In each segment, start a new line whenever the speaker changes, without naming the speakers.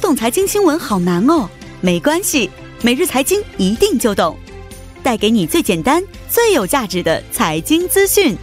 懂财经新闻好难哦，没关系，每日财经一定就懂，带给你最简单、最有价值的财经资讯。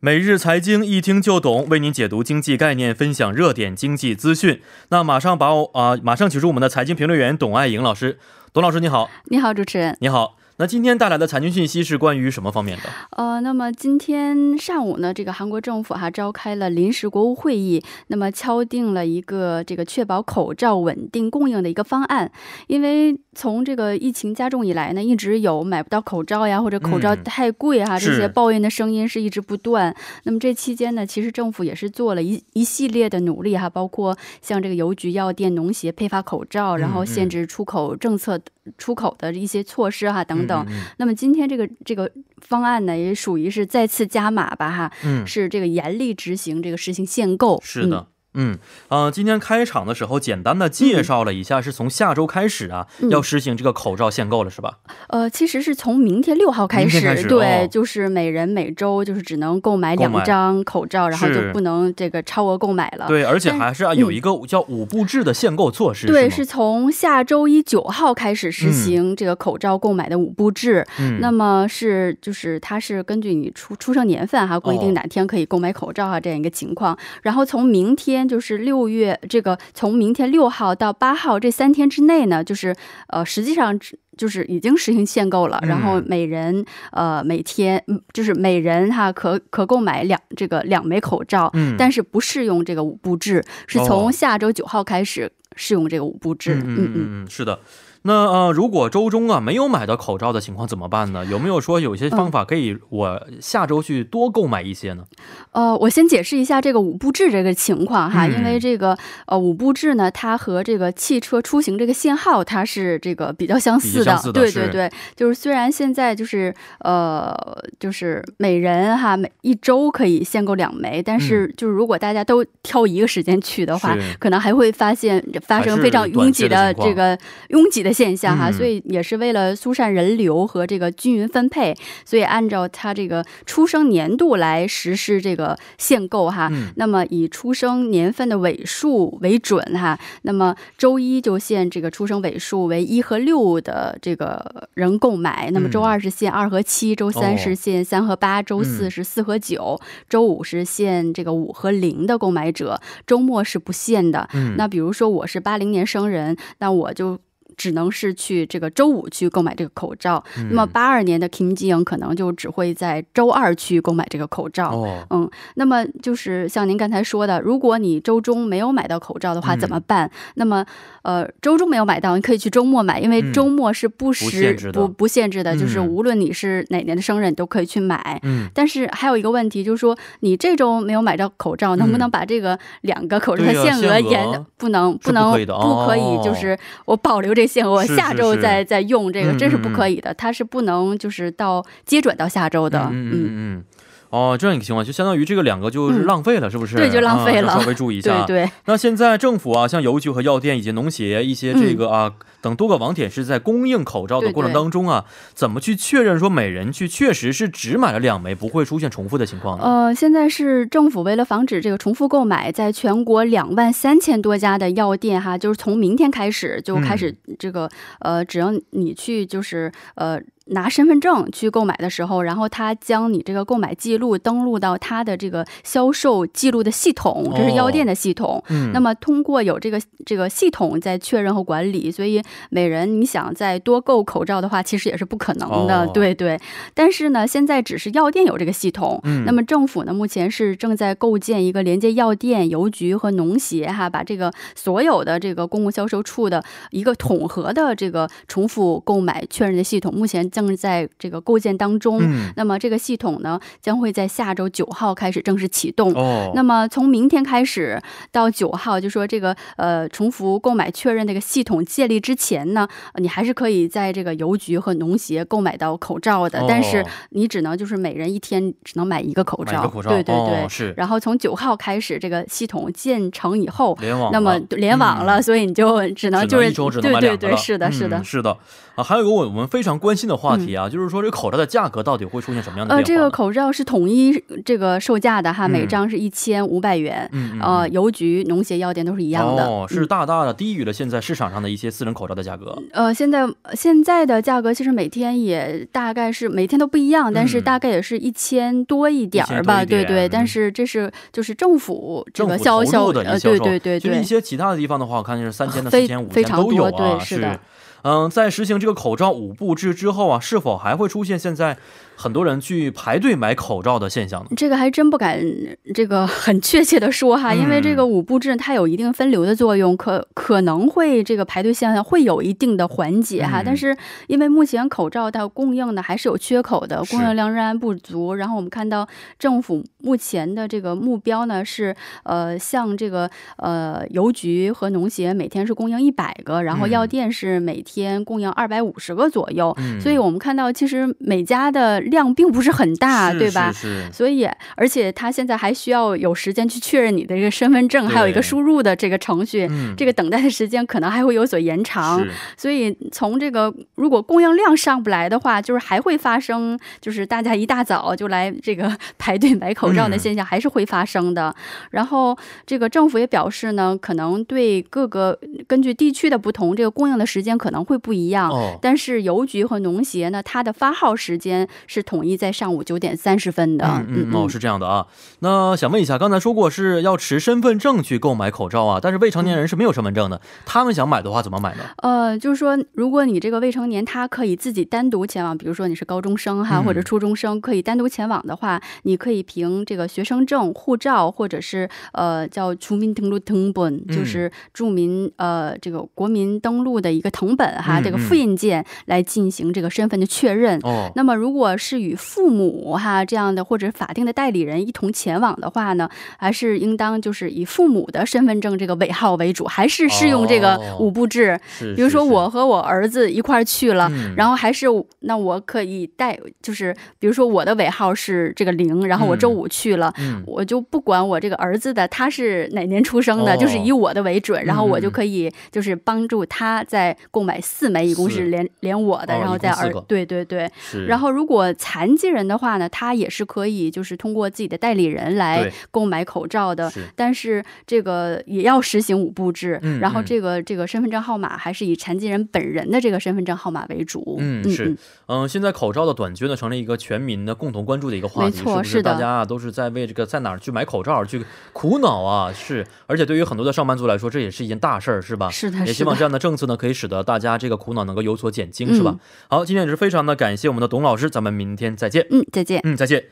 每日财经一听就懂，为您解读经济概念，分享热点经济资讯。那马上把我啊、马上请出我们的财经评论员董爱颖老师。董老师，你好，
你好，主持人。
你好。那今天带来的财经讯息是关于什么方面的？
呃，那么今天上午呢，这个韩国政府哈召开了临时国务会议，那么敲定了一个这个确保口罩稳定供应的一个方案。因为从这个疫情加重以来呢，一直有买不到口罩呀，或者口罩
嗯
太贵哈、这
是
些抱怨的声音是一直不断。那么这期间呢，其实政府也是做了一一系列的努力哈，包括像这个邮局、药店、农协配发口罩，
嗯
然后限制出口政策、出口的一些措施哈等等。
嗯嗯
那么今天这个这个方案呢，也属于是再次加码吧，哈，
嗯，
是这个严厉执行这个实行限购。
是的。嗯，呃，今天开场的时候简单的介绍了一下，是从下周开始啊、
嗯
要实行这个口罩限购了，是吧？
嗯，呃，其实是从明天六号开
明
始，
天开始
对、
哦
就是每人每周就是只能购买两
购买
张口罩，然后就是不能这个超额购买了。
对，而且
但
还是啊有一个叫五步制的限购措施，是
对，
嗯
是
吗？
从下周一九号开始实行这个口罩购买的五步制。
嗯，
那么是就是它是根据你出出生年份哈、规
哦
定哪天可以购买口罩啊、这样一个情况。然后从明天就是六月这个从明天六号到八号这三天之内呢，就是呃实际上只。就是已经实行限购了，
嗯
然后每人呃每天嗯就是每人哈可可购买两这个两枚口罩，
嗯
但是不适用这个五步制，是
哦
从下周九号开始适用这个五步制。
嗯嗯嗯嗯，是的。那呃，如果周中啊没有买到口罩的情况怎么办呢？有没有说有
嗯
一些方法可以我下周去多购买一些呢？
呃，我先解释一下这个五步制这个情况哈，
嗯
因为这个呃五步制呢，它和这个汽车出行这个信号它是这个比较相似
比
的，
较相似的
对
是
对对，就是虽然现在就是呃就是每人哈每一周可以限购两枚，
嗯
但是就是如果大家都挑一个时间去的话，
是
可能还会发现发
还
生
是
非常拥挤
嗯短缺的
的
情况
这个拥挤的现象哈，
嗯
所以也是为了疏散人流和这个均匀分配，所以按照它这个出生年度来实施这个限购哈。
嗯
那么以出生年份的尾数为准哈，那么周一就限这个出生尾数为一和六的这个人购买，那么周
嗯
二是限二和七，周三
哦
是限三和八，周四
嗯
是四和九，周五是限这个五和零的购买者，周末是不限的。
嗯，
那比如说我是八零年生人，那我就。只能是去这个周五去购买这个口罩，
嗯
那么八二年的 Kim j i n 可能就只会在周二去购买这个口罩。
哦，
嗯，那么就是像您刚才说的，如果你周中没有买到口罩的话，
嗯
怎么办？那么，呃，周中没有买到，你可以去周末买，因为
嗯
周末是不时、
限制的
不不限制的，就是
嗯
无论你是哪年的生日，你都可以去买。
嗯，
但是还有一个问题，就是说你这周没有买到口罩，能不能把这个两个口罩的
对呀
限额
限额
延？不能，
是不
能，
可以的哦
不可以就是我保留这限额，
是
下周
是
再再用这个，
嗯
这是
嗯
不可以的，它是不能就是到接转到下周的。
嗯嗯嗯。哦，这样一个情况就相当于这个两个就是
嗯
浪费了，是不是？
对就浪费
啊
了
要稍微注意一
对
下。
对，
那现在政府啊，像邮局和药店以及农协一些这个啊、等多个网点是在供应口罩的
嗯对
过程当中啊，怎么去确认说每人去确实是只买了两枚，不会出现重复的情况呢？
呃，现在是政府为了防止这个重复购买，在全国两万三千多家的药店哈，就是从明天开始就开始
嗯
这个、呃，只要你去就是呃。拿身份证去购买的时候，然后他将你这个购买记录登录到他的这个销售记录的系统，这是药店的系统。
嗯，
那么通过有这个这个系统在确认和管理，所以每人你想再多购口罩的话，其实也是不可能的。
哦
对对，但是呢，现在只是药店有这个系统。
嗯
那么政府呢，目前是正在构建一个连接药店、邮局和农协哈，把这个所有的这个公共销售处的一个统合的这个重复购买确认的系统，目前正在这个构建当中。
嗯
那么这个系统呢，将会在下周九号开始正式启动。
哦，
那么从明天开始到九号，就说这个呃重复购买确认这个系统建立之前呢，呃你还是可以在这个邮局和农协购买到口罩的，
哦
呃但是你只能就是每人一天只能买一个口
买一
罩，
个口罩，
对对对。
哦、是
然后从九号开始，这个系统建成以后。
联网了，啊嗯
那么联网了，所以你就只能
只
就
能
是
一周只能
对
买
对
两个
对，
了，嗯
是的，是的
嗯，是的啊。还有一个我们非常关心的话题啊，就是说这口罩的价格到底会出现什么样的
呃，
变化
这
呢？
个口罩是统一这个售价的哈，
嗯
每张是一千五百元。
嗯，嗯嗯
呃，邮局、农协、药店都是一样的。嗯
哦，是大大的低于了现在市场上的一些私人口罩的价格。
呃，现在现在的价格其实每天也大概是每天都不一样，但是
嗯
大概也是一千多一点儿吧，
1000多一点
对对。
嗯
但是这是就是政府这
政
个
府
销
投
销
入的一
呃，
些销
对
售，
对对
就是一
对，
些其他的地方的话，我看就是三千的、四
非
千、五
非
千
常
都有
多
啊，
对是的
嗯，在实行这个口罩五步制之后啊，是否还会出现现在很多人去排队买口罩的现象呢？
这个还真不敢这个很确切的说哈，
嗯
因为这个五步制它有一定分流的作用，可可能会这个排队现象会有一定的缓解
嗯
哈，但是因为目前口罩它供应呢还是有缺口的，
是
供应量仍然不足。然后我们看到政府目前的这个目标呢是呃向这个呃邮局和农协每天是供应一百个，然后
嗯
药店是每天供应二百五十个左右。
嗯，
所以我们看到，其实每家的量并不是很大，
是
啊对吧？
是是
所以，而且他现在还需要有时间去确认你的这个身份证，还有一个
对
输入的这个程序，
嗯，
这个等待的时间可能还会有所延长。
是
所以，从这个如果供应量上不来的话，就是还会发生，就是大家一大早就来这个 排队买口罩的
嗯
现象还是会发生的。然后，这个政府也表示呢，可能对各个根据地区的不同，这个供应的时间可能会不一样。
哦。
但是邮局和农协呢，它的发号时间是统一在上午九点三十分的。
嗯嗯哦，是这样的啊。那想问一下，刚才说过是要持身份证去购买口罩啊，但是未成
嗯
年人是没有身份证的，他们想买的话怎么买呢？
呃，就是说，如果你这个未成年，他可以自己单独前往，比如说你是高中生哈，
嗯
或者初中生，可以单独前往的话，你可以凭这个学生证、护照，或者是呃叫주민등록등本，
嗯
就是著民呃这个国民登录的一个藤本哈，
嗯
这个
嗯
复印件来进行这个身份的确认。
哦，
那么，如果是与父母哈这样的或者法定的代理人一同前往的话呢，还是应当就是以父母的身份证这个尾号为主，还是适用这个
哦
五步制。
是
比如说我，和我儿子一块儿去了。
嗯
然后还是我那我可以带，就是比如说我的尾号是这个零，然后我周五去了，
嗯
我就不管我这个儿子的他是哪年出生的，
哦
就是以我的为准，然后我
嗯
就
嗯
可以就是帮助他再购买四枚，一共
四
是连连我的，
哦
然后
一共
再
四
儿
个
对对对，
是，
然后如果残疾人的话呢，他也是可以就是通过自己的代理人来
对
购买口罩的，
是
但是这个也要实行五步制，
嗯
然后
嗯
这个这个身份证号码还是以残疾人本人的这个身份证号码为主。
嗯，是，嗯，现在口罩的短缺呢，成了一个全民的共同关注的一个话
没
题，是
错
不
是的
大家啊都是在为这个在哪儿去买口罩而去苦恼啊？是，而且对于很多的上班族来说，这也是一件大事儿，是吧？
是的，
啊也希
是
望
的
这。样的政策呢，可以使得大家这个苦恼能够有所减轻，是吧
嗯？
好，今天也是非常的感谢我们的董老师，咱们明天再见。
嗯，再见。
嗯，再见。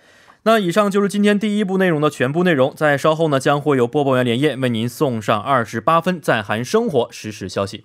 那以上就是今天第一部内容的全部内容，在稍后呢将会由播报员连夜为您送上二十八分在韩生活实时消息。